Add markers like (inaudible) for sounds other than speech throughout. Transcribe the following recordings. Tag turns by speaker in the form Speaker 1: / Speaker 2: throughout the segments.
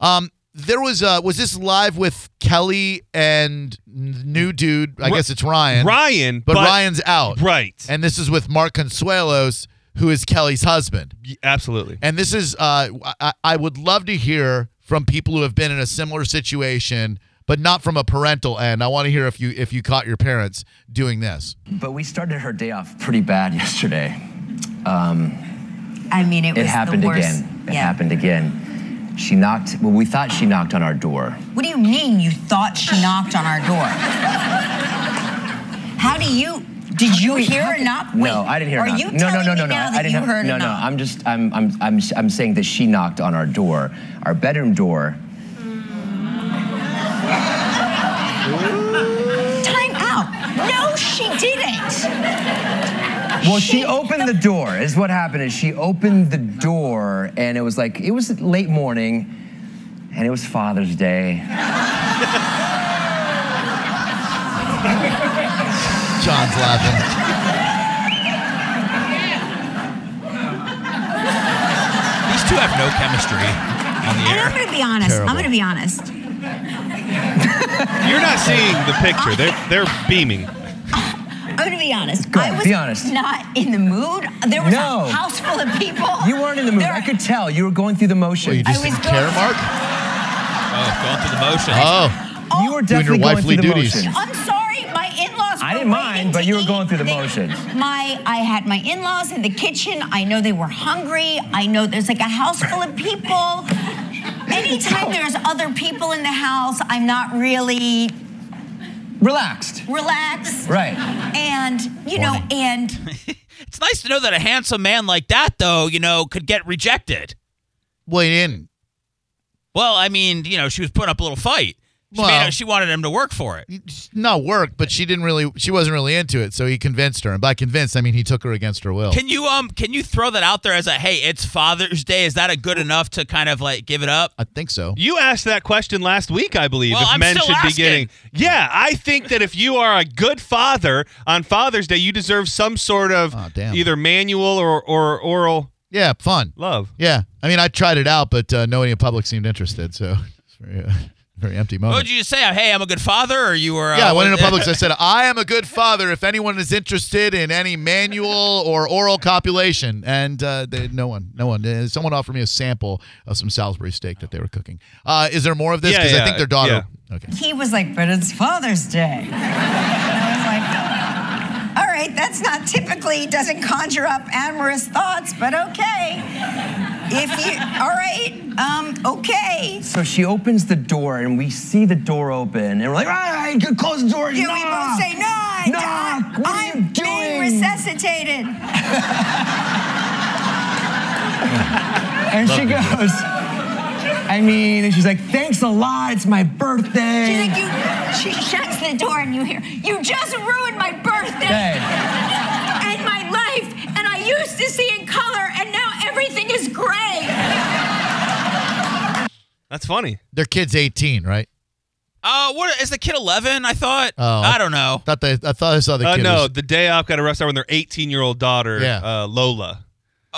Speaker 1: Um, there was uh, was this live with Kelly and n- new dude? I
Speaker 2: Ri-
Speaker 1: guess it's Ryan.
Speaker 2: Ryan,
Speaker 1: but, Ryan's out,
Speaker 2: right,
Speaker 1: And this is with Mark Consuelos, who is Kelly's husband.
Speaker 2: Y- absolutely.
Speaker 1: And this is, uh, I, I would love to hear from people who have been in a similar situation, but not from a parental end. I want to hear if you if you caught your parents doing this.
Speaker 3: But we started her day off pretty bad yesterday. Um,
Speaker 4: I mean, it was
Speaker 3: it happened
Speaker 4: the worst.
Speaker 3: again. It
Speaker 4: yeah.
Speaker 3: happened again. She knocked, well, we thought she knocked on our door.
Speaker 4: What do you mean you thought she knocked on our door? How do you? Did you hear a knock?
Speaker 3: No,
Speaker 4: Wait,
Speaker 3: I didn't hear
Speaker 4: Are
Speaker 3: a knock.
Speaker 4: you
Speaker 3: no, no,
Speaker 4: telling
Speaker 3: no,
Speaker 4: me
Speaker 3: no, no.
Speaker 4: now
Speaker 3: I
Speaker 4: that
Speaker 3: didn't
Speaker 4: you
Speaker 3: have-
Speaker 4: heard a
Speaker 3: no, no.
Speaker 4: knock?
Speaker 3: I'm just, I'm, I'm, I'm, I'm saying that she knocked on our door, our bedroom door.
Speaker 4: Time out. No, she didn't.
Speaker 3: Well, she opened the door. Is what happened. Is she opened the door, and it was like it was late morning, and it was Father's Day.
Speaker 1: John's laughing.
Speaker 5: These two have no chemistry on the
Speaker 4: And I'm
Speaker 5: air.
Speaker 4: gonna be honest.
Speaker 1: Terrible.
Speaker 4: I'm gonna be honest.
Speaker 2: You're not seeing the picture. They're they're beaming.
Speaker 4: I'm gonna be honest.
Speaker 3: Go
Speaker 4: I
Speaker 3: on,
Speaker 4: was
Speaker 3: be honest.
Speaker 4: not in the mood. There was
Speaker 3: No.
Speaker 4: a house full of people.
Speaker 3: You weren't in the mood.
Speaker 4: There-
Speaker 3: I could tell you were going through the motions.
Speaker 1: Well, you just
Speaker 4: was
Speaker 1: didn't care,
Speaker 4: going-
Speaker 1: Mark?
Speaker 5: Oh, going through the motions.
Speaker 2: Uh,
Speaker 1: Oh,
Speaker 3: you were
Speaker 1: Doing your
Speaker 3: definitely going
Speaker 1: wifely
Speaker 3: through the
Speaker 1: duties.
Speaker 3: motions.
Speaker 4: I'm sorry, my in-laws.
Speaker 3: I
Speaker 4: were
Speaker 3: didn't mind,
Speaker 4: waiting
Speaker 3: but
Speaker 4: to
Speaker 3: you were
Speaker 4: eat.
Speaker 3: going through the
Speaker 4: They-
Speaker 3: motions.
Speaker 4: My, I had my in-laws in the kitchen. I know they were hungry. I know there's like a house full of people. Anytime there's other people in the house, I'm not really
Speaker 3: Relaxed.
Speaker 4: relaxed.
Speaker 3: Right.
Speaker 4: And you know, and
Speaker 5: It's nice to know that a handsome man like that, though, you know, could get rejected.
Speaker 1: well, he didn't.
Speaker 5: Well, I mean, you know, she was putting up a little fight. She,
Speaker 1: Well- Mm.
Speaker 5: made, she wanted him to work for it.
Speaker 1: Not work, but she didn't really. She wasn't really into it, so he convinced her. And by convinced, I mean he took her against her will.
Speaker 5: Can you um can you throw that out there as a hey, it's Father's Day? Is that a good enough to kind of like give it up?
Speaker 1: I think so.
Speaker 2: You asked that question last week, I believe,
Speaker 5: Well,
Speaker 2: if
Speaker 5: I'm
Speaker 2: men
Speaker 5: still
Speaker 2: should be
Speaker 5: asking.
Speaker 2: getting. Yeah, I think that if you are a good father on Father's Day, you deserve some sort of
Speaker 5: Ah,
Speaker 1: Aw, damn.
Speaker 2: either manual or, or oral
Speaker 1: Yeah, fun.
Speaker 2: love.
Speaker 1: Yeah, I mean, I tried it out, but uh, nobody in public seemed interested, so it's very, uh, very empty moment.
Speaker 5: What would you say? Hey, I'm a good father, or you were?
Speaker 1: Yeah,
Speaker 5: uh,
Speaker 1: I went
Speaker 5: what-
Speaker 1: into Publix. I said, I am a good father if anyone is interested in any manual or oral copulation. And uh, they, no one, no one. Uh, Someone offered me a sample of some Salisbury steak that they were cooking. Uh, is there more of this?
Speaker 2: Yeah,
Speaker 1: Because I
Speaker 2: yeah,
Speaker 1: think their daughter. Okay.
Speaker 4: he was like, "But it's Father's Day." And I was like, "All right, that's not typically doesn't conjure up amorous thoughts, but okay. If you, all right, um, okay."
Speaker 3: So she opens the door, and we see the door open, and we're like, "All right, good, close the door."
Speaker 4: You we
Speaker 3: knock."
Speaker 4: both say, "No, I
Speaker 3: Knock. What are you
Speaker 4: I'm being
Speaker 3: doing?"
Speaker 4: resuscitated."
Speaker 3: And she goes, I mean, and she's like, thanks a lot. It's my birthday.
Speaker 4: She's like, "You." She shuts the door, and you hear, "You just ruined my birthday
Speaker 3: Hey,
Speaker 4: and my life, and I used to see in color, and now everything is gray."
Speaker 2: That's funny.
Speaker 1: Their kid's 18, right?
Speaker 5: Uh, what is the kid? Eleven? I thought.
Speaker 1: Oh.
Speaker 5: I don't know.
Speaker 1: Thought they, I thought I saw the
Speaker 2: Uh,
Speaker 1: kid.
Speaker 2: no,
Speaker 1: was-
Speaker 2: the day off got arrested when their 18 year old daughter,
Speaker 1: Yeah.
Speaker 2: uh, Lola.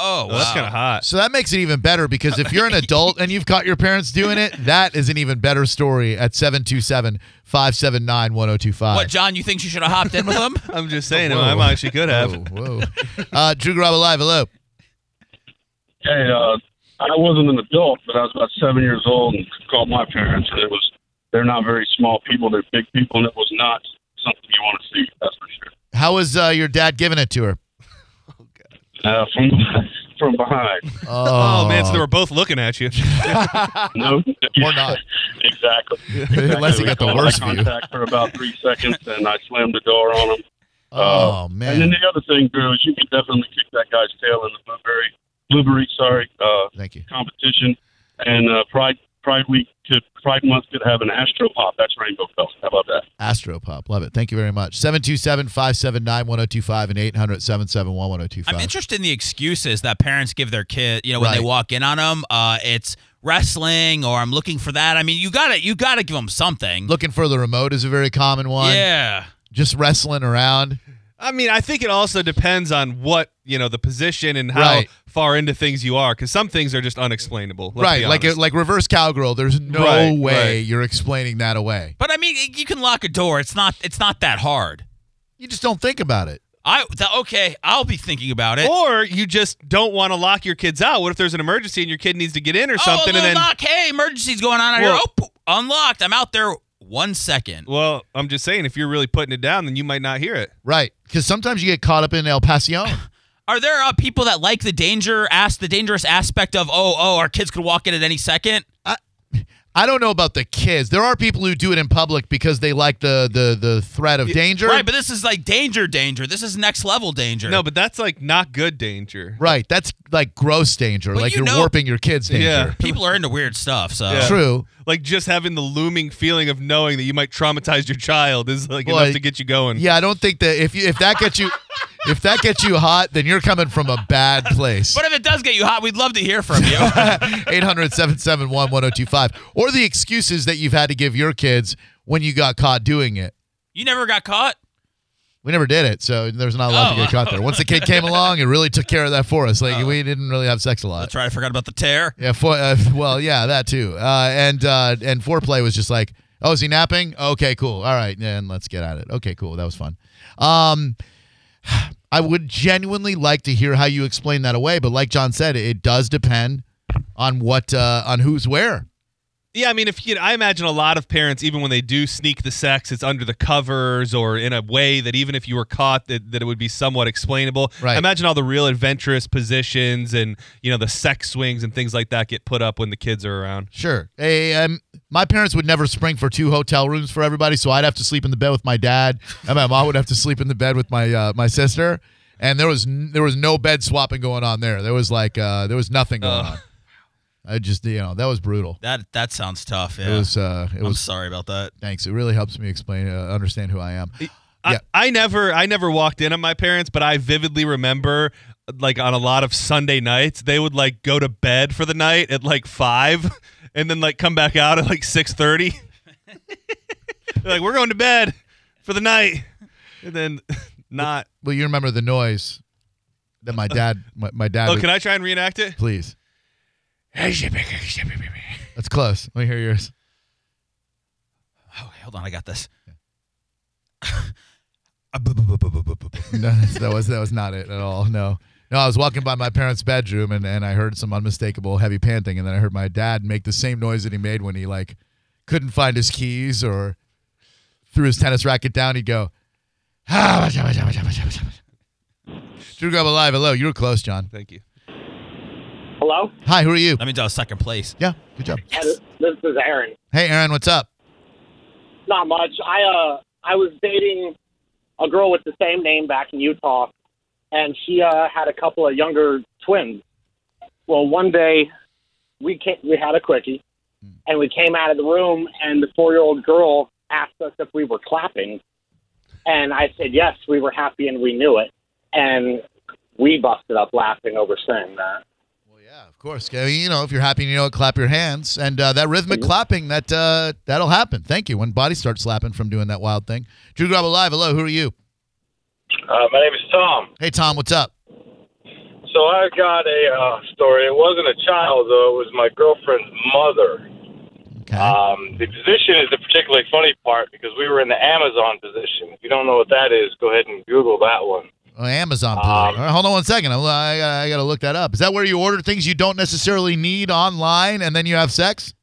Speaker 5: Oh,
Speaker 2: Oh, that's
Speaker 5: wow.
Speaker 2: kind of hot.
Speaker 1: so that makes it even better because if you're an adult and you've caught your parents doing it, that is an even better story at 727 579 1025.
Speaker 5: What, John? You think she should have hopped in with
Speaker 1: (laughs)
Speaker 5: him?
Speaker 2: I'm
Speaker 5: Oh,
Speaker 2: just saying,
Speaker 1: Whoa.
Speaker 2: I might- she could have.
Speaker 1: Whoa. whoa. Uh, Drew Garaba Live, hello.
Speaker 6: Hey, uh, I wasn't an adult, but I was about seven years old and called my parents, and it was they're not very small people; they're big people, and it was not something you want to see. That's for sure.
Speaker 1: How was uh, your dad giving it to her?
Speaker 6: Uh, from (laughs) from behind,
Speaker 2: (laughs)
Speaker 1: (laughs)
Speaker 2: Oh, man, so they were both looking at
Speaker 5: (laughs)
Speaker 2: you.
Speaker 6: no, (laughs)
Speaker 1: Or not.
Speaker 6: exactly.
Speaker 1: (laughs) Unless he got the
Speaker 6: Caught eye
Speaker 1: worst view.
Speaker 6: contact for about three seconds, and I slammed the door on him.
Speaker 1: Oh,
Speaker 6: And then
Speaker 1: man.
Speaker 6: the other thing, Drew, is you could definitely kick that guy's tail in the blueberry, blueberry, sorry, uh,
Speaker 1: Thank you.
Speaker 6: competition, and uh, Pride Pride Week could Pride Month could have an Astro Pop. That's Rainbow Felt. How about that?
Speaker 1: Astropop. Love it. Thank you very much. 727 579 1025 and 800 771
Speaker 5: I'm
Speaker 1: 1025.
Speaker 5: interested in the excuses that parents give their kid. You know, when
Speaker 1: Right.
Speaker 5: they walk in on them, uh, it's wrestling or I'm looking for that. I mean, you gotta you gotta give them something.
Speaker 1: Looking for the remote is a very common one.
Speaker 5: yeah.
Speaker 1: Just wrestling around.
Speaker 2: I mean, I think it also depends on what you know the position and how
Speaker 1: Right.
Speaker 2: far into things you are, because some things are just unexplainable. let's be
Speaker 1: right, like a,
Speaker 2: honest.
Speaker 1: like reverse cowgirl. There's no
Speaker 2: Right,
Speaker 1: way
Speaker 2: right.
Speaker 1: you're explaining that away.
Speaker 5: But I mean, y- you can lock a door. It's not. It's not that hard.
Speaker 1: You just don't think about it.
Speaker 5: I th- okay. I'll be thinking about it. Oh,
Speaker 2: or you just don't want to lock your kids out. What if there's an emergency and your kid needs to get in or something,
Speaker 5: oh, a
Speaker 2: and then
Speaker 5: lock. Hey, emergency's going on out
Speaker 2: Well-
Speaker 5: here. Oh, poof, unlocked. I'm out there one second.
Speaker 2: well, I'm just saying, if you're really putting it down, then you might not hear it.
Speaker 1: Right, because sometimes you get caught up in El Pasión.
Speaker 2: (laughs)
Speaker 5: Are there uh, people that like the danger? Ask the dangerous aspect of oh oh, our kids could walk in at any second.
Speaker 1: I don't know about the kids. There are people who do it in public because they like the the the threat of danger.
Speaker 5: Right, but this is like danger, danger. This is next level danger.
Speaker 2: No, but that's like not good danger.
Speaker 1: Right, that's like gross danger.
Speaker 5: Well,
Speaker 1: like
Speaker 5: you
Speaker 1: are
Speaker 5: know-
Speaker 1: warping your kids' danger.
Speaker 2: Yeah.
Speaker 5: people are into weird stuff. So
Speaker 2: Yeah.
Speaker 1: True.
Speaker 2: Like just having the looming feeling of knowing that you might traumatize your child is like
Speaker 1: Well,
Speaker 2: enough to get you going.
Speaker 1: Yeah, I don't think that if you if that
Speaker 2: (laughs)
Speaker 1: gets you if that gets you hot, then you're coming from a bad place. (laughs)
Speaker 5: But if it does get you hot, we'd love to hear from you.
Speaker 1: 800-771-1025 or the excuses that you've had to give your kids when you got caught doing it.
Speaker 5: you never got caught.
Speaker 1: We never did it, so there's not a lot to
Speaker 5: Oh.
Speaker 1: get caught there. Once the kid came along, it really took care of that for us. Like we didn't really have sex a lot.
Speaker 5: That's right. I forgot about the tear.
Speaker 1: Yeah, for, uh, (laughs) well, yeah, that too. Uh, and uh, and foreplay was just like, oh, is he napping? Okay, cool. All right, then let's get at it. Okay, cool. That was fun. Um, (sighs) I would genuinely like to hear how you explain that away, but like John said, it does depend on what uh, on who's where.
Speaker 2: Yeah, I mean, if you, I imagine a lot of parents, even when they do sneak the sex, it's under the covers or in a way that even if you were caught, that, that it would be somewhat explainable.
Speaker 1: Right.
Speaker 2: I imagine all the real adventurous positions and you know the sex swings and things like that get put up when the kids are around.
Speaker 1: Sure. Hey, um, my parents would never spring for two hotel rooms for everybody, so I'd have to sleep in the bed with my dad, and my mom would have to sleep in the bed with my uh, my sister. And there was n- there was no bed swapping going on there. There was like uh, there was nothing going on. I just you know that was brutal.
Speaker 5: That that sounds tough.
Speaker 1: It
Speaker 5: Yeah.
Speaker 1: was uh, it
Speaker 5: I'm
Speaker 1: was
Speaker 5: sorry about that.
Speaker 1: thanks. It really helps me explain uh, understand who I am. Yeah.
Speaker 2: I, I never, I never walked in on my parents, but I vividly remember, like on a lot of Sunday nights, they would like go to bed for the night at like five, (laughs) and then like come back out at like six thirty. (laughs) like we're going to bed for the night, and then (laughs) not.
Speaker 1: Well, you remember the noise that my dad my, my dad.
Speaker 2: Oh,
Speaker 1: would-
Speaker 2: can I try and reenact it?
Speaker 1: please? That's close. Let me hear yours.
Speaker 5: Oh, hold on. I got (laughs) this.
Speaker 1: No, that was that was not it at all. No, no. I was walking by my parents' bedroom and and I heard some unmistakable heavy panting, and then I heard my dad make the same noise that he made when he like couldn't find his keys or threw his tennis racket down. He'd go. "Ah, Drew Grubb alive. Hello, you were close, John.
Speaker 2: Thank you.
Speaker 7: Hello?
Speaker 1: Hi, who are you?
Speaker 5: That means I was second place.
Speaker 1: Yeah, good job.
Speaker 7: This is Aaron.
Speaker 1: Hey, Aaron, what's up?
Speaker 7: Not much. I uh I was dating a girl with the same name back in Utah and she uh had a couple of younger twins. Well, one day we came, we had a quickie and we came out of the room and the 4-year-old girl asked us if we were clapping and I said yes, we were happy and we knew it and we busted up laughing over saying that.
Speaker 1: Well, yeah, of course. I mean, you know, if you're happy, and you know, it, clap your hands, and uh, that rhythmic clapping that uh, that'll happen. Thank you. When bodies start slapping from doing that wild thing. Drew Grubb alive. Hello, who are you?
Speaker 8: Uh, my name is Tom.
Speaker 1: Hey, Tom, what's up?
Speaker 8: So I've got a uh, story. It wasn't a child, though. It was my girlfriend's mother.
Speaker 1: Okay.
Speaker 8: Um, the position is the particularly funny part because we were in the Amazon position. If you don't know what that is, go ahead and Google that one.
Speaker 1: Oh, Amazon.
Speaker 8: um,
Speaker 1: Prime. All right, hold on one second. I'm- I, I, I got to look that up. Is that where you order things you don't necessarily need online and then you have sex?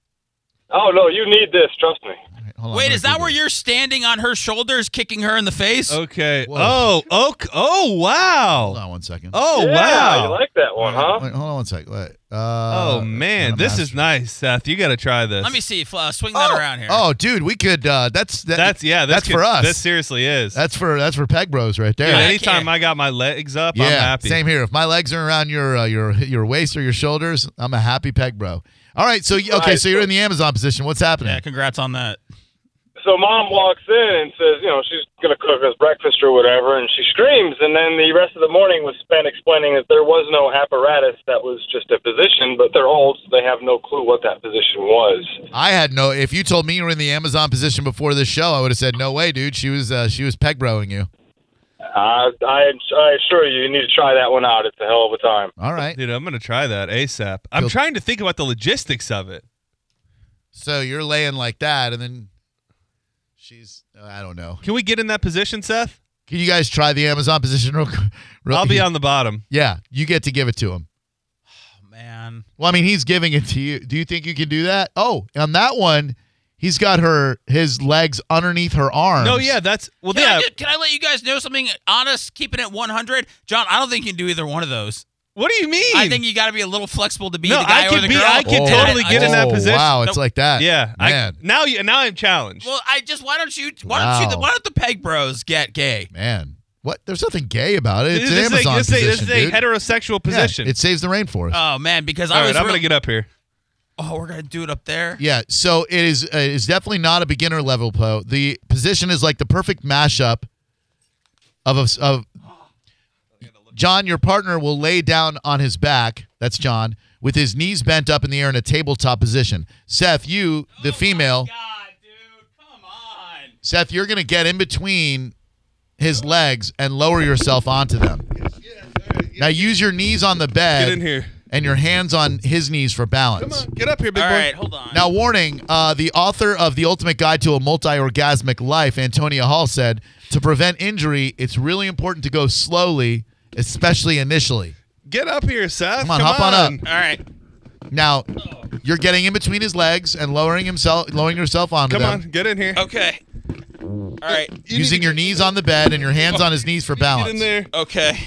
Speaker 8: Oh, no, you need this. Trust me.
Speaker 1: All right, hold on, I'm
Speaker 5: Wait,
Speaker 1: gonna
Speaker 5: is that
Speaker 1: Google
Speaker 5: where
Speaker 1: it. Oh,
Speaker 5: you're standing on her shoulders, kicking her in the face?
Speaker 2: Okay.
Speaker 1: Whoa.
Speaker 2: Oh, okay. Oh,
Speaker 1: Hold
Speaker 2: wow.
Speaker 1: on one second.
Speaker 2: Oh,
Speaker 8: yeah, You
Speaker 2: wow.
Speaker 8: like that one, huh?
Speaker 1: Wait, hold on one second. Wait,
Speaker 2: Oh,
Speaker 1: uh,
Speaker 2: man.
Speaker 1: I'm
Speaker 2: This
Speaker 1: not
Speaker 2: is
Speaker 1: sure.
Speaker 2: nice, Seth. You got to try this.
Speaker 5: Let me see. Fl- Uh, swing that around here.
Speaker 1: Oh, dude, we could. Uh, that's that,
Speaker 2: That's, yeah. This
Speaker 1: That's
Speaker 2: could-
Speaker 1: for us.
Speaker 2: This seriously is.
Speaker 1: that's for that's for peg bros right there.
Speaker 2: Dude,
Speaker 5: I
Speaker 2: anytime
Speaker 5: can't.
Speaker 2: I got my legs up, I'm happy.
Speaker 1: Same here. If my legs are around your uh, your your waist or your shoulders, I'm a happy peg bro. All right, so you- okay,
Speaker 8: Right.
Speaker 1: so you're in the Amazon position. What's happening?
Speaker 5: Yeah, congrats on that.
Speaker 8: So mom walks in and says, you know, she's going to cook us breakfast or whatever, and she screams. And then the rest of the morning was spent explaining that there was no apparatus. That was just a position, but they're old, so they have no clue what that position was.
Speaker 1: I had no. If you told me you were in the Amazon position before this show, I would have said no way, dude. She was uh, she was peg broing you.
Speaker 8: I, I, I assure you, you need to try that one out. It's a hell of a time.
Speaker 1: All right.
Speaker 2: Dude, I'm gonna try that ASAP. I'm
Speaker 1: Cool.
Speaker 2: trying to think about the logistics of it.
Speaker 1: So you're laying like that, and then she's, I don't know.
Speaker 2: Can we get in that position, Seth?
Speaker 1: Can you guys try the Amazon position real quick? Real-
Speaker 2: I'll be on the bottom.
Speaker 1: Yeah, you get to give it to him.
Speaker 5: Oh, man.
Speaker 1: Well, I mean, he's giving it to you. Do you think you can do that? Oh, on that one, he's got her his legs underneath her arms.
Speaker 2: No, yeah, that's well,
Speaker 5: Can,
Speaker 2: yeah.
Speaker 5: I, just- can I let you guys know something honest? Keeping it 100, John. I don't think you can do either one of those.
Speaker 2: What do you mean?
Speaker 5: I think you got to be a little flexible to be
Speaker 2: No,
Speaker 5: the guy
Speaker 2: I
Speaker 5: or
Speaker 2: can
Speaker 5: the
Speaker 2: be-
Speaker 5: girl.
Speaker 2: I can totally
Speaker 5: I- I
Speaker 2: get in
Speaker 5: just-
Speaker 2: that
Speaker 1: Oh,
Speaker 2: position.
Speaker 1: Wow, it's like that.
Speaker 2: yeah. I,
Speaker 1: man,
Speaker 2: now you now I'm challenged.
Speaker 5: Well, I just why don't you why don't you
Speaker 1: Wow.
Speaker 5: why don't the peg bros get gay?
Speaker 1: man, what? There's nothing gay about it. It's an
Speaker 2: this is a-
Speaker 1: Amazon
Speaker 2: this is a,
Speaker 1: position,
Speaker 2: this is a
Speaker 1: dude.
Speaker 2: heterosexual
Speaker 1: Yeah,
Speaker 2: position. Uh,
Speaker 1: it saves the rain for us.
Speaker 5: Oh man, because
Speaker 2: All
Speaker 5: I
Speaker 2: right,
Speaker 5: was
Speaker 2: I'm
Speaker 5: really,
Speaker 2: gonna get up here.
Speaker 5: oh we're gonna do it up there.
Speaker 1: Yeah, so it is it is definitely not a beginner level po. The position is like the perfect mashup of a, of John, your partner will lay down on his back. That's John with his knees bent up in the air in a tabletop position. Seth, you the female,
Speaker 5: God, dude, come on.
Speaker 1: Seth, you're going to get in between his legs and lower yourself onto them. Now use your knees on the bed
Speaker 2: Get in here.
Speaker 1: and your hands on his knees for balance.
Speaker 2: Come on, get up here, big
Speaker 5: All
Speaker 2: boy.
Speaker 5: right, hold on.
Speaker 1: Now, warning uh, the author of The Ultimate Guide to a Multi Orgasmic Life, Antonia Hall, said to prevent injury, it's really important to go slowly, especially initially.
Speaker 2: Get up here, Seth.
Speaker 1: Come on, hop on up.
Speaker 5: All right.
Speaker 1: Now, you're getting in between his legs and lowering himself, lowering yourself onto
Speaker 2: Come
Speaker 1: them,
Speaker 2: on, get in here.
Speaker 5: Okay. All right.
Speaker 2: You
Speaker 1: using
Speaker 2: need
Speaker 1: your knees on the bed and your hands on his knees for
Speaker 2: to Get in
Speaker 1: balance.
Speaker 2: there.
Speaker 5: Okay.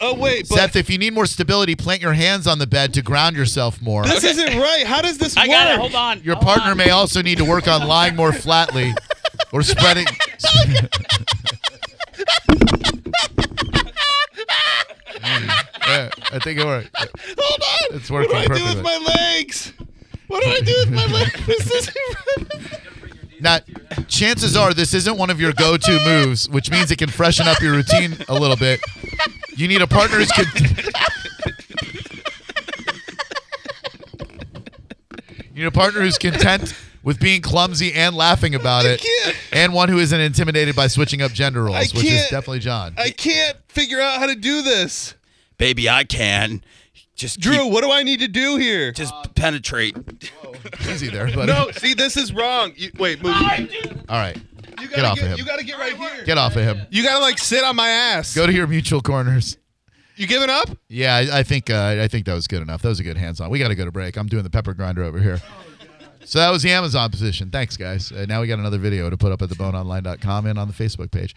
Speaker 2: Oh wait, but
Speaker 1: Seth, if you need more stability, plant your hands on the bed to ground yourself more.
Speaker 2: this isn't right. How does this
Speaker 5: I
Speaker 2: work?
Speaker 5: got it. Hold on.
Speaker 1: Your
Speaker 5: Hold
Speaker 1: partner
Speaker 5: on.
Speaker 1: may also need to work on lying more flatly or spreading. (laughs) Yeah, I think it worked.
Speaker 2: Hold on.
Speaker 1: It's working
Speaker 2: What do I do
Speaker 1: perfectly.
Speaker 2: with my legs? What do I do with my (laughs) legs? This isn't right.
Speaker 1: Now, chances are this isn't one of your go to moves, which means it can freshen up your routine a little bit. You need a partner who's. Con- (laughs) you need a partner who's content with being clumsy and laughing about it,
Speaker 2: can't.
Speaker 1: and one who isn't intimidated by switching up gender roles, which is
Speaker 2: can't.
Speaker 1: definitely John.
Speaker 2: I can't figure out how to do this.
Speaker 5: Baby, I can. Just
Speaker 2: Drew,
Speaker 5: keep-
Speaker 2: what do I need to do here?
Speaker 5: just penetrate.
Speaker 1: Easy there, buddy.
Speaker 2: No, see, this is wrong. You, wait, move.
Speaker 1: All right,
Speaker 2: You gotta
Speaker 1: Get off of him.
Speaker 2: You gotta get right here.
Speaker 1: get off of him.
Speaker 2: You gotta like sit on my ass.
Speaker 1: Go to your mutual corners.
Speaker 2: You giving up?
Speaker 1: Yeah, I, I think uh, I think that was good enough. That was a good hands-on. We got to go to break. I'm doing the pepper grinder over here. So that was the Amazon position. Thanks, guys. Uh, now we got another video to put up at theboneonline.com and on the Facebook page.